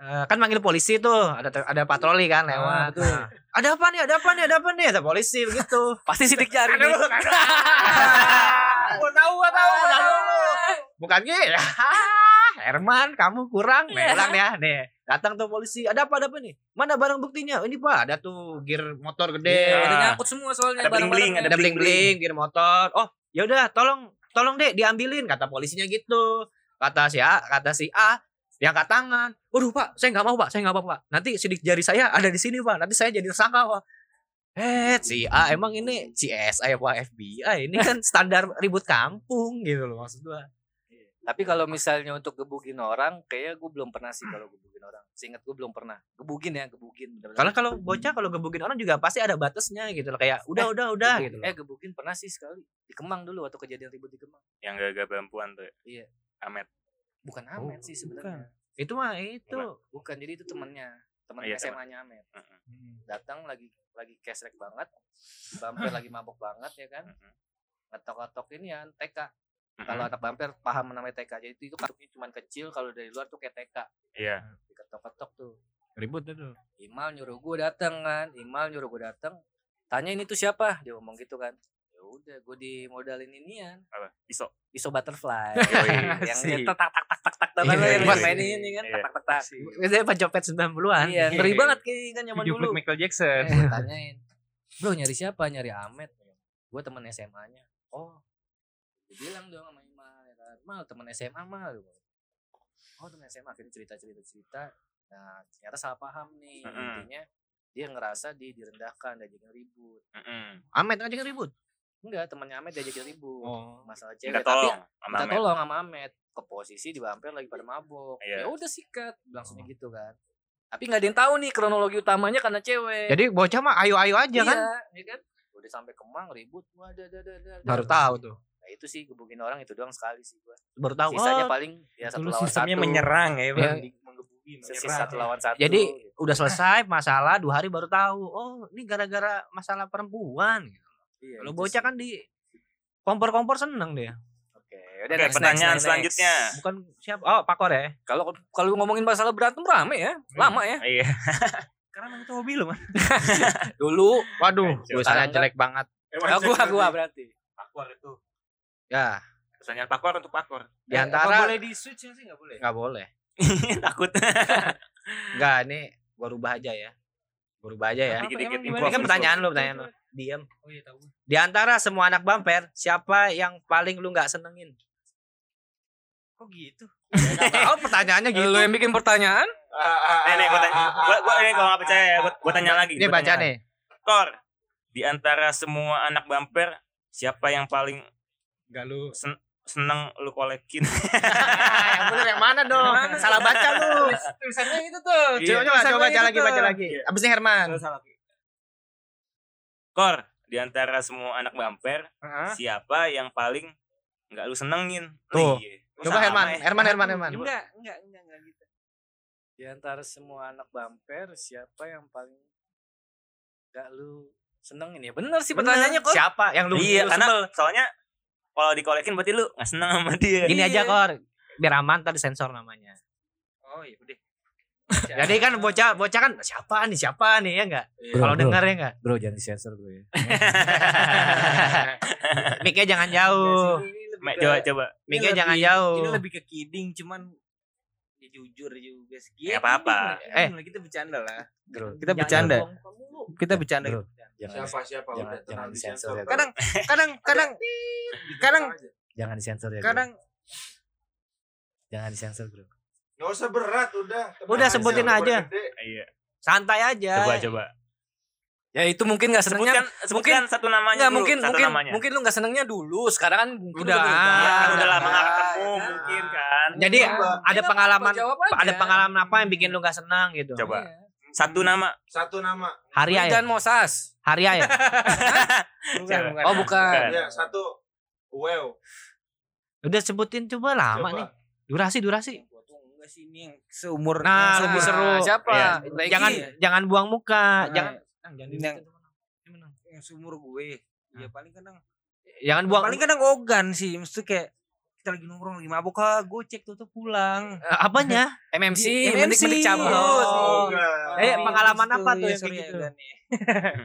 Eh, kan manggil polisi tuh, ada ada patroli kan
Ah,
lewat.
betul.
Nah, ada apa nih? Ada apa nih? Ada apa nih? Ada polisi begitu.
pasti sidik jari nih. Ah.
Gua tahu, gua tahu, gua tahu. Bukan gay. Herman, kamu kurang. Nih, ulang ya. Nih, datang tuh polisi. Ada apa ada apa nih? Mana barang buktinya? "Oh, Ini Pak, ada tuh gear motor gede.
Nah. Ada
Iya.
nyangkut semua soalnya
Ada bling-bling,
barang-barangnya.
Ada bling-bling, gear motor. Oh, ya udah, tolong tolong deh diambilin kata polisinya gitu. Kata si A, kata si A yang angkat tangan. Waduh pak, saya nggak mau pak, saya nggak mau pak. Nanti sidik jari saya ada di sini pak. Nanti saya jadi tersangka pak. Eh, si A emang ini CSI apa FBI ini kan standar ribut kampung gitu loh maksud gua.
Tapi kalau misalnya untuk gebugin orang, kayaknya gue belum pernah sih kalau gebugin orang. Seingat gue belum pernah. Gebugin ya, gebugin. bener-bener.
Karena kalau bocah kalau gebukin orang juga pasti ada batasnya gitu loh kayak udah udah udah gitu loh.
Eh gebugin pernah sih sekali. Di Kemang dulu waktu kejadian ribut di Kemang.
Yang gagah perempuan tuh. ya?
Iya.
Amet.
Bukan Amet sih sebenarnya.
Itu mah itu.
Bukan. jadi itu temennya. Temen
Oh, iya,
SMA-nya Amet.
Heeh.
Hmm,
Datang lagi lagi kesrek banget. Bamper lagi mabok banget ya kan.
Heeh.
Ngetok-ngetok ini ya TK.
Heeh.
Kalau anak bamper paham namanya TK. Jadi itu kartunya cuma kecil kalau dari luar tuh kayak TK.
Iya.
Diketok-ketok tuh.
Ribut itu.
Imal nyuruh gue datang kan Imal nyuruh gue datang tanya ini tuh siapa dia ngomong gitu kan ya udah gue dimodalin inian
Apa? Pisau.
pisau butterfly
Yoi.
yang
Asik.
dia tak tak tak tak tak tak tak
Iya,
yang
iya,
dimainin ini kan tak
iya.
tak tak tak
Biasanya Pak Copet 90-an.
iya ngeri banget kayak kan zaman
Video
dulu
klip Michael Jackson.
Eh.
gue tanyain bro nyari siapa nyari Ahmed gue temen SMA nya oh gue bilang dong sama Imal ya kan Mal temen SMA Mal oh temen SMA akhirnya cerita cerita cerita nah ternyata salah paham nih
Mm-mm.
intinya dia ngerasa di direndahkan diajakin ribut
Heeh.
Amet aja yang ribut.
enggak temennya Ahmed diajakin ribut
Oh.
masalah cewek
Minta
Ya, tapi
tolong sama
minta
Amet.
tolong sama Ahmed ke posisi di Bamper lagi pada mabok ya
Iya.
udah sikat langsungnya gitu kan tapi nggak ada yang tahu nih kronologi utamanya karena cewek
Jadi bocah mah ayo-ayo aja
iya,
kan.
ya kan? Udah sampai Kemang ribut, wadah, dah, dah, dah, dah.
Baru tahu tuh.
Nah, itu sih gebukin orang itu doang sekali sih gua.
Baru tahu.
Sisanya
Oh,
paling ya satu
Dulu
lawan satu.
sistemnya menyerang ya, Bang.
Di-
Menggebukin,
Sisi
menyerang.
satu lawan satu.
Jadi,
gitu.
Iya, udah selesai masalah dua hari baru tahu. Oh, ini gara-gara masalah perempuan.
Iya,
Kalau
itu
bocah
sih.
kan di kompor-kompor seneng dia.
Oke, ya
Oke,
udah next, next,
pertanyaan
next,
selanjutnya.
next.
Bukan siapa? Oh, Pakor ya.
Kalau kalau ngomongin masalah berantem rame ya, lama ya.
Iya.
Karena emang itu hobi lo, Man.
Dulu
Waduh,
Kacau.
tulisannya
Tangga.
jelek banget.
Emang
ah, gua
cek
gua
nanti.
berarti.
Pakor itu.
Ya,
Pertanyaan pakor untuk pakor.
di
Eh, apa
antara
boleh di switch nggak sih nggak boleh.
nggak boleh.
Takut.
Enggak, ini gua rubah aja ya. Gua rubah aja ya.
Apa,
Dikit-dikit
emang gimana?
Ini kan
improv.
pertanyaan lu, pertanyaan lu. Diam.
Oh iya tahu.
Di antara semua anak bumper, siapa yang paling lu nggak senengin?
Kok gitu?
Oh, pertanyaannya gitu.
Lu yang bikin pertanyaan?
Nih, nih, gua tanya. Gua, gua ini kalau nggak percaya ya, gua, gua tanya lagi.
Ini
gua
baca
tanya lagi.
nih.
Kor, di antara semua anak bumper, siapa yang paling
Enggak lu.
seneng lu kolekin?
Ah, yang bener yang mana dong? Salah baca lu.
Tulisannya itu tuh.
Iya.
Coba coba, coba baca
gitu.
lagi, baca lagi.
Iya.
Abis ini Herman.
Kor, di antara semua anak bumper, siapa yang paling nggak lu senengin?
Tuh.
Iya.
Coba
Sama
Herman,
ya.
Herman, Herman, Herman.
Enggak, enggak, enggak, enggak gitu.
Di antara semua anak bamper siapa yang paling gak lu senengin ya bener sih
Bener.
pertanyaannya kok
Siapa yang lu
iya,
lu
karena
sebel?
soalnya kalau dikolekin berarti lu nggak seneng sama dia.
Gini aja kor, biar aman tadi sensor namanya.
Oh iya udah.
Jadi kan bocah bocah kan siapa nih siapa nih ya enggak?
Iya,
Kalau denger ya enggak?
bro jangan disensor bro ya
Miknya jangan jauh.
Mek, coba coba.
Miknya jangan jauh.
Ini lebih ke kidding cuman ya jujur juga sih.
Nggak apa-apa.
Eh, kita bercanda lah.
bro
Kita bercanda. Kita bercanda.
gitu.
Bro. jangan
Siapa siapa
jangan-
udah tenang
jangan
di
disensor
sensor.
ya, Bro.
Kadang Eh, kadang kadang kadang
jangan disensor ya bro.
kadang
jangan disensor bro
Enggak usah berat udah. tenang
Udah, sebutin
udah
aja.
gede.
Iya.
Santai aja.
Coba coba.
ya itu mungkin gak senengnya
Sebutkan sebutkan satu
Nggak,
namanya dulu,
mungkin
satu
mungkin
namanya.
mungkin lu nggak senengnya dulu sekarang kan mungkin
Udah.
Iya,
berubah.
kan udah lama nggak
Ah,
Ya.
ketemu
iya.
mungkin kan.
Jadi ada
Ini
pengalaman
jawab aja.
ada pengalaman apa yang bikin lu gak senang gitu?
Coba. Satu nama.
Satu nama.
Haria ya?
dan Mosas
Haria ya?
bukan, bukan.
oh bukan
Ya, satu. Wow.
Udah sebutin coba lama nih. Durasi durasi.
Gua tuh enggak sih ini yang seumur
Nah,
yang
lebih
sama.
seru.
siapa
Iya.
Baiki.
Jangan
Iya.
jangan buang muka.
Nah,
Jangan
yang, yang seumur gue. Ya paling kadang
jangan buang
paling kadang ogan sih mesti kayak kita lagi nongkrong lagi mabok ah gue cek tuh pulang
Eh, apanya?
MMC
Iya,
mending
MMC.
mending cabut
Oh.
enggak.
Eh,
Tapi
pengalaman
habis
apa tuh
ya,
yang kayak
sorry ya,
gitu?
Gan, ya.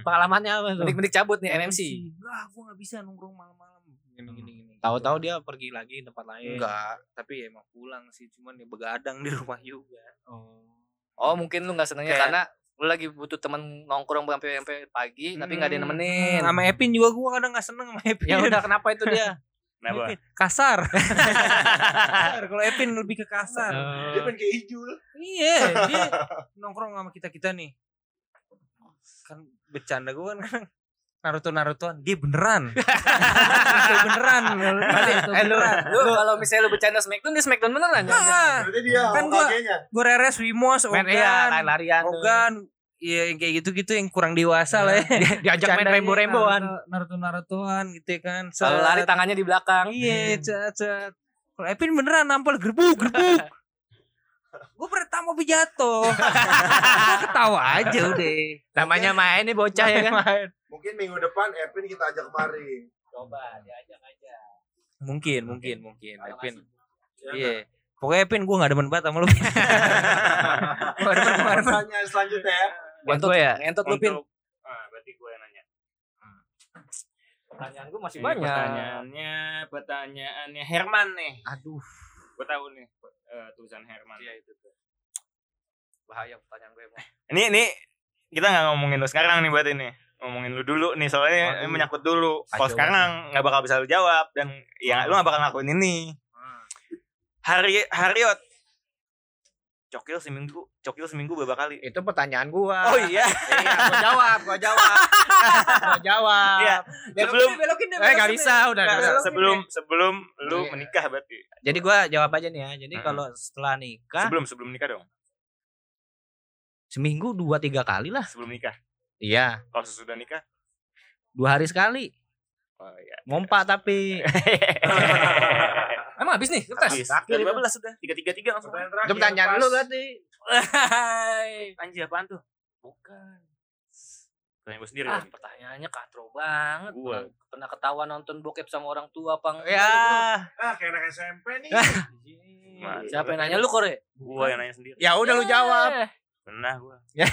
Pengalamannya apa tuh?
mending mending cabut nih MMC
Enggak, gue gak "Ah, bisa nongkrong malam-malam. Gini, gini, gini.
Tahu-tahu dia pergi lagi tempat lain.
Enggak, tapi ya emang pulang sih. Cuman ya begadang di rumah juga.
Oh.
oh mungkin lu nggak senengnya
Kayak-
karena lu lagi butuh teman nongkrong sampai sampai pagi tapi nggak ada yang nemenin
Hmm, Sama Epin juga gue kadang gak seneng sama Epin.
Ya udah kenapa itu dia?
Kenapa?
Epin, kasar. kasar. Kalau Epin lebih ke kasar.
Oh. Eh.
Dia pengen kayak Ijul.
Iya, dia nongkrong sama kita-kita nih. Kan bercanda gue kan kadang Naruto-Narutoan. Dia beneran. Naruto beneran. Naruto beneran.
lu kalau misalnya lu bercanda smackdown dia smackdown beneran jangan-jangan.
Ah,
Berarti dia
Kan
kan
gua-
nya
gue reres Wimos,
main iya
Ogan,
lari-larian. tuh.
Ogan, iya yang kayak gitu-gitu yang kurang dewasa lah ya.
Iya, Dia- Diajak main
Bercandanya
rembo-remboan.
Naruto Narutoan gitu ya kan.
kalau lari
Set.
tangannya di belakang
Hmm.
Iya, cet cet. Kalau Epin beneran nampol gerbuk gerbuk. gue pertama mau jatuh. Gua ketawa aja udah.
Namanya main nih bocah ya kan.
Mungkin minggu depan Epin kita ajak kemari.
coba diajak aja
Mungkin, mungkin, mungkin.
Kalau
Epin.
Ya,
Iya. Pokoknya Epin gue gak demen banget sama lu. Gua gak demen, gua gak demen.
Pertanyaan selanjutnya ya.
Buat gue ya.
ngentot lu pin
Untuk Ah, berarti gue yang nanya.
pertanyaan gue masih
Ini
banyak
Pertanyaannya, pertanyaannya Herman nih.
Aduh.
Gue tahu nih eh, tulisan Herman.
Iya, bahaya pertanyaan gue emang.
Ini ini kita nggak ngomongin lu sekarang nih buat ini. Ngomongin lu dulu nih soalnya ini menyangkut dulu. Kalau
Kacau
sekarang nggak bakal bisa lu jawab dan ya lu nggak bakal ngelakuin ini. Hari Hariot. Cokil seminggu, cokil seminggu berapa kali?
Itu pertanyaan gua.
Oh iya.
Iya, gua jawab, gua jawab. gua jawab.
Iya. Sebelum
belokin deh,
Eh,
belokin
gak
deh.
bisa udah.
Nah,
gak bisa.
sebelum sebelum lu
Iya.
menikah berarti.
Jadi gua jawab aja nih ya. Jadi
Mm-mm.
kalau setelah nikah
Sebelum sebelum nikah dong.
seminggu dua tiga kali lah.
Sebelum nikah.
Iya,
Kalau sesudah nikah.
dua hari sekali.
Oh iya.
Ngompa tapi
emang habis nih kertas
Habis. Udah 15 sudah. 333
itu
langsung.
Pertanyaan terakhir.
pertanyaan
pas.
lu berarti.
Anjir apaan tuh? Bukan. Tanya gue Nah, sendiri.
ah
dong.
pertanyaannya katro banget
Gua.
pernah ketawa nonton bokep sama orang tua apa enggak
Ya,
Ah, kayak anak SMP nih.
Nah, siapa yang nanya lu kore Eh.
Gue yang nanya sendiri.
ya udah lu
Iya.
jawab.
Pernah gue.
Ya,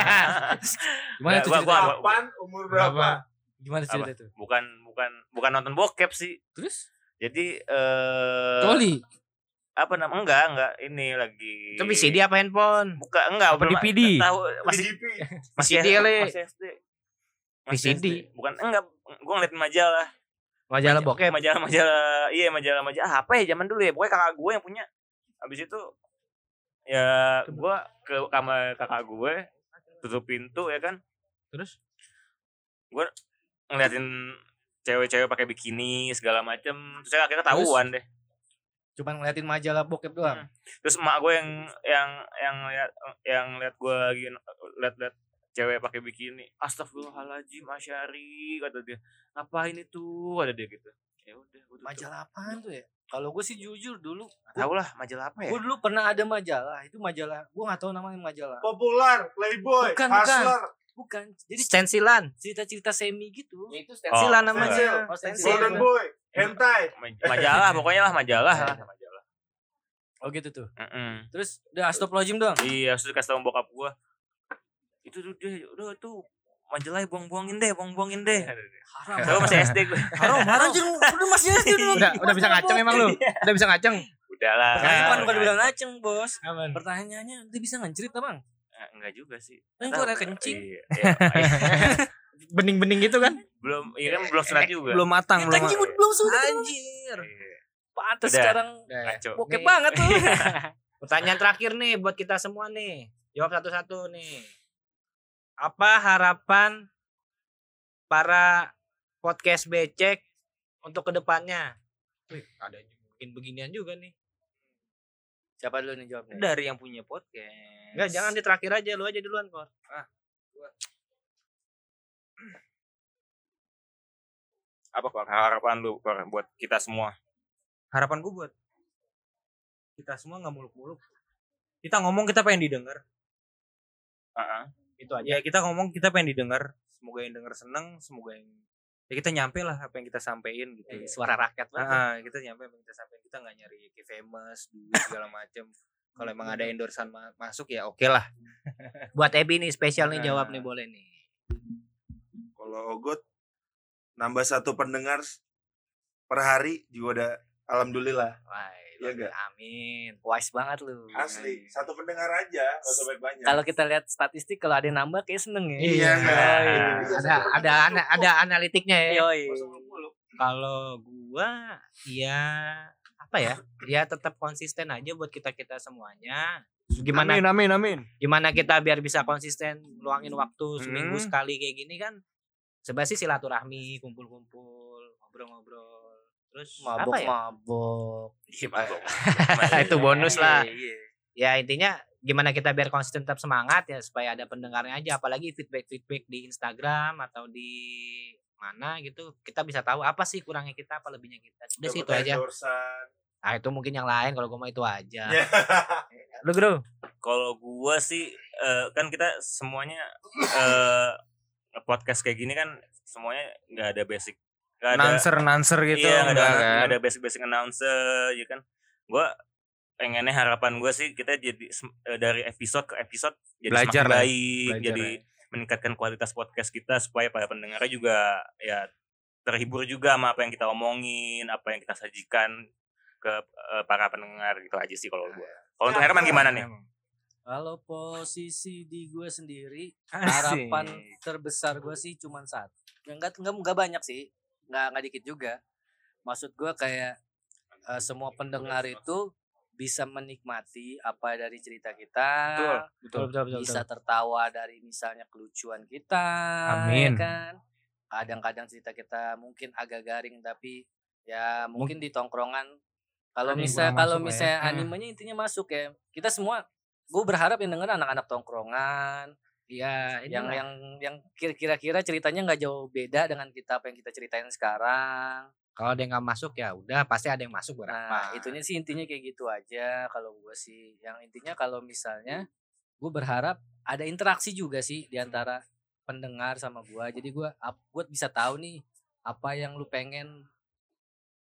gimana
Nah,
tuh
gua-
cerita
gua-
Kapan umur berapa?
gimana tuh
Apa?
cerita itu
Bukan bukan bukan nonton bokep sih.
terus
Jadi eh
Coli
apa namanya? Enggak, enggak. Ini lagi
Itu VCD
ya?
apa ya? handphone?
Buka enggak
Apa
belum-
DPD?
Tahu masih
DP.
masih
VCD kali.
Masih SD. Masih
VCD.
SD. Bukan enggak gue ngeliat majalah
Majalah bokep.
Iya, majalah-majalah iya majalah-majalah ah, apa ya zaman dulu ya pokoknya kakak gue yang punya habis itu ya gue ke kamar kakak gue tutup pintu ya kan
Terus?
gue ngeliatin cewek-cewek pakai bikini segala macem terus saya akhirnya tahuan deh
cuman ngeliatin majalah bokep doang
terus emak gue yang yang yang lihat yang lihat gue lagi lihat-lihat cewek pakai bikini astagfirullahaladzim asyari kata dia ngapain itu ada dia gitu ya udah gua tutup.
majalah apaan tuh ya kalau gue sih jujur dulu
tahu lah majalah apa ya
gue dulu pernah ada majalah itu majalah gue nggak tahu namanya majalah
Popular, Playboy,
Bukan, bukan.
Hustler.
bukan jadi
Stensilan.
cerita-cerita semi gitu
itu
Stensilan
Oh,
namanya.
Oh, stensil.
Golden Boy, Hentai.
Ma- majalah pokoknya lah majalah lah.
oh gitu tuh
Mm-mm.
terus udah astagfirullahaladzim doang
Iya, terus dikasih tau bokap gua. Itu tuh dia udah tuh majalah buang-buangin deh, buang-buangin deh. Haram. masih SD gue.
Haram, haram.
Anjir, udah masih
Udah, udah bisa ngaceng emang lu. Udah bisa ngaceng.
Udah lah.
Bukan bukan bilang ngaceng bos.
Aman.
Pertanyaannya dia bisa ngancerit bang?
Eh, Enggak juga sih.
Kan itu ada kencing.
Iya, iya.
Bening-bening gitu kan?
belum, iya kan belum sunat juga.
Belum matang, belum.
Kencing
matang.
udah belum sudah.
Anjir.
Iya,
Pantes
Udah.
sekarang
Kacau.
bokep
Nih.
banget tuh.
Pertanyaan terakhir nih buat kita semua nih. Jawab satu-satu nih. Apa harapan para podcast becek untuk kedepannya? Wih, ada mungkin beginian juga nih.
Siapa dulu nih jawabnya?
Dari yang punya podcast.
Enggak, jangan di terakhir aja. Lu aja duluan, Kor.
Apa Kor? harapan lu Kor, buat kita semua?
Harapan gue buat kita semua nggak muluk-muluk. Kita ngomong kita pengen didengar.
Heeh.
Gitu
Itu aja.
Ya kita ngomong kita pengen didengar. Semoga yang denger seneng, semoga yang ya kita nyampe lah apa yang kita sampein gitu.
Iya,
Eh, Suara rakyat banget.
Ah, ah, kita nyampe yang kita sampein kita nggak nyari kayak famous duit segala macem. Kalau emang ada endorsan ma- masuk ya oke lah.
Iya. Buat Ebi nih spesial nih
Nah.
jawab nih boleh nih.
Kalau Ogot nambah satu pendengar per hari juga udah alhamdulillah.
Wah,
Iya enggak?
amin. Wise banget lu.
Asli, satu pendengar aja, gak usah banyak-banyak.
Kalau kita lihat statistik kalau ada yang nambah kayak seneng ya.
Iya, enggak?
Iya.
Ada ada ana- ada analitiknya ya.
Yoi.
Kalau gua ya apa ya? Ya tetap konsisten aja buat kita-kita semuanya. Gimana
amin, amin.
gimana kita biar bisa konsisten luangin waktu seminggu
Hmm.
sekali kayak gini kan. Sebenarnya sih silaturahmi, kumpul-kumpul, ngobrol-ngobrol. Terus apa ya?
Mabok-mabok.
Itu bonus lah.
Iya.
Nah, ya intinya gimana kita biar konsisten tetap semangat ya supaya ada pendengarnya aja apalagi feedback feedback di Instagram atau di mana gitu kita bisa tahu apa sih kurangnya kita apa lebihnya kita udah sih itu aja ah itu mungkin yang lain kalau gue mau itu aja lu bro
Kalau gua sih eh, kan kita semuanya eh podcast kayak gini kan semuanya nggak ada basic. Nggak ada
Nanser nanser gitu
iya, nggak ada,
enggak kan?
nggak ada basic-basic announcer ya kan. Gua pengennya harapan gua sih kita jadi sem- eh, dari episode ke episode jadi
Belajar
semakin
lah ya,
baik,
belajar
jadi
lah ya.
meningkatkan kualitas podcast kita supaya para pendengarnya juga ya terhibur juga sama apa yang kita omongin, apa yang kita sajikan ke eh, para pendengar gitu aja sih kalau gua. Kalau untuk Herman gimana nih?
Kalau posisi di gue sendiri,
Asik.
harapan terbesar gue sih cuman satu. Ya, Nggak nggak nggak banyak sih, nggak nggak dikit juga. Maksud gue kayak eh, semua pendengar itu bisa menikmati apa dari cerita kita,
Betul,
betul betul betul,
bisa tertawa dari misalnya kelucuan kita,
Amin.
ya kan? Kadang-kadang cerita kita mungkin agak garing tapi ya mungkin di tongkrongan kalau
Anime kurang
misal kalau
masuk lah ya.
misalnya
Hmm.
animenya intinya masuk ya. Kita semua gue berharap yang denger anak-anak tongkrongan
Iya,
ya ini
yang yang yang kira- kira-kira ceritanya nggak jauh beda dengan kita apa yang kita ceritain sekarang.
kalau ada yang nggak masuk ya udah pasti ada yang masuk berapa
Nah, itunya sih intinya kayak gitu aja kalau gue sih. Yang intinya kalau misalnya gue berharap ada interaksi juga sih di antara pendengar sama gua. Jadi gua ap- gua bisa tahu nih apa yang lu pengen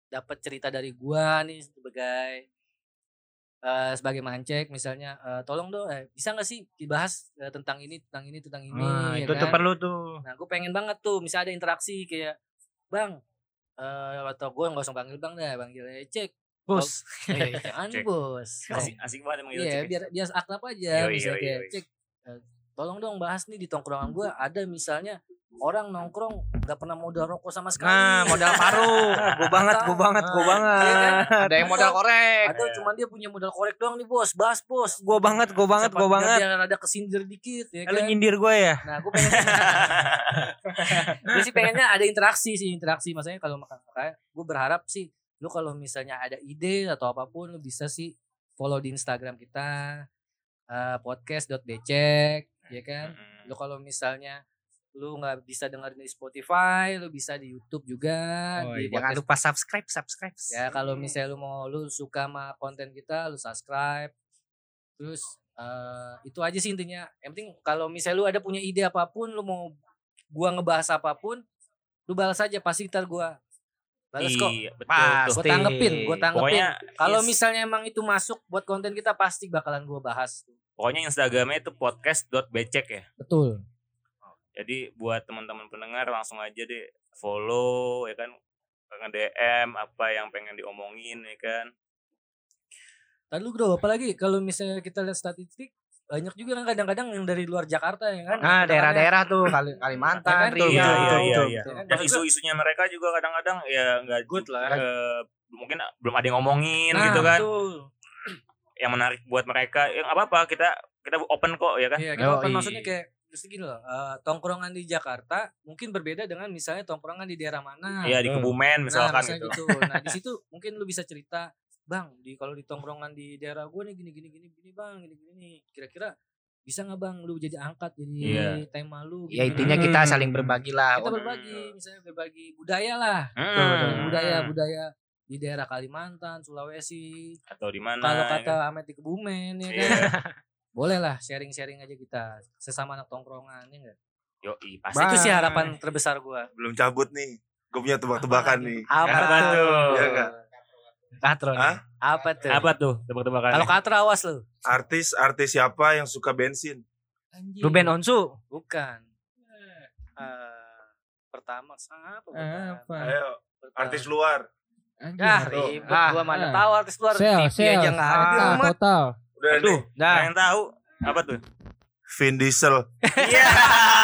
dapat cerita dari gua nih sebagai eh sebagai mancek misalnya eh, tolong dong eh, bisa nggak sih dibahas eh, tentang ini tentang ini tentang ini
Nah,
ya
itu tuh
kan?
perlu tuh
Nah, gue pengen banget tuh, misalnya ada interaksi kayak, bang, eh atau gue nggak usah panggil bang deh, panggil aja cek.
bos
Oh, iya, iya, jangan
Cek.
bos.
Asik, asik banget emang
Iya,
Ilcik.
biar biar akrab aja,
Yoi,
misalnya
yoi,
kayak
yoi.
cek. eh, tolong dong bahas nih di tongkrongan gue ada misalnya orang nongkrong nggak pernah modal rokok sama sekali.
nah modal paruh
Gue banget, gue banget, gue
Iya
banget.
kan?
ada yang modal korek
Atau cuman dia punya modal korek doang nih bos, bahas bos.
Gue banget, gue banget,
Siapa
gue
bilang
banget.
Dia rada kesindir dikit ya
Lu
kan.
nyindir gue ya?
Nah, gue pengen gue sih pengennya ada interaksi sih, interaksi. Maksudnya kalau makan makanya gue berharap sih lu kalau misalnya ada ide atau apapun lu bisa sih follow di Instagram kita eh, podcast.becek ya kan.
Mm-mm.
Lu kalau misalnya lu nggak bisa dengar di Spotify, lu bisa di YouTube juga
Oh,
di
iya,
jangan
podcast
lupa subscribe subscribe
hmm.
Ya kalau misalnya lu mau lu suka sama konten kita, lu subscribe. Terus eh, itu aja sih intinya yang penting kalau misalnya lu ada punya ide apapun lu mau gua ngebahas apapun lu balas aja pasti ntar gua balas kok
Iya, betul
Pas.
tuh.
gue tanggepin gue tanggepin
Pokoknya
kalau
yes.
misalnya emang itu masuk buat konten kita pasti bakalan gua bahas
Pokoknya Instagramnya itu podcast.becek ya.
betul
Jadi buat teman-teman pendengar langsung aja deh follow ya kan nge-DM apa yang pengen diomongin ya kan.
lalu bro apalagi kalau misalnya kita lihat statistik banyak juga kan kadang-kadang yang dari luar Jakarta ya kan
Ah,
Nah,
Kita
daerah-daerah tuh Kali- Kalimantan,
Ya kan, tuh,
Iya,
Riau,
iya, iya,
tuh.
iya.
kan, ya kan?
Dan
Maksud gua,
isu-isunya mereka juga kadang-kadang ya nggak
Good lah.
eh, mungkin belum ada yang ngomongin
nah,
gitu kan.
betul.
Yang menarik buat mereka ya nggak apa-apa kita kita open kok ya kan.
Iya, kita open
Yoi.
maksudnya kayak terus gini loh, eh, tongkrongan di Jakarta mungkin berbeda dengan misalnya tongkrongan di daerah mana.
Iya di
Hmm.
nah,
Kebumen misalkan
misalnya
gitu.
gitu. Nah, di situ mungkin lu bisa cerita, "Bang, di kalau di tongkrongan di daerah gue nih gini gini gini gini, Bang, gini gini nih. Kira-kira bisa nggak Bang lu jadi angkat jadi
Iya.
tema lu?"
Ya
gini-gini.
intinya kita saling berbagi lah.
kita berbagi, misalnya berbagi budaya lah.
Hmm.
Budaya-budaya di daerah Kalimantan, Sulawesi,
atau di mana
kalau
ya
kata
kan?
Ahmed di Kebumen ya kan.
Iya.
Boleh lah sharing-sharing aja kita sesama anak tongkrongan ya enggak?
Yoi, pasti
Pasti itu
tuh
sih harapan terbesar gua.
Belum cabut nih. Gue punya tebak-tebakan nih.
Apa tuh?
Iya enggak?
Katro.
Hah?
Apa tuh?
Apa tuh tebak-tebakan?
Kalau Katro awas lu.
Artis-artis siapa yang suka bensin?
Anjing.
Ruben Onsu.
bukan. Eh, pertama siapa? bukan?
Apa?
Ayo,
Pertama.
artis luar.
Anjing,
Yah,
hari-
Tuh.
ribet
Ah,
gua mana
ah.
tahu artis luar
Sel,
TV
sel.
aja enggak ada di
Total,
rumah.
Ah, total.
Udah nih,
Aduh,
Dah.
yang tahu apa tuh?
Vin Diesel.
Iya.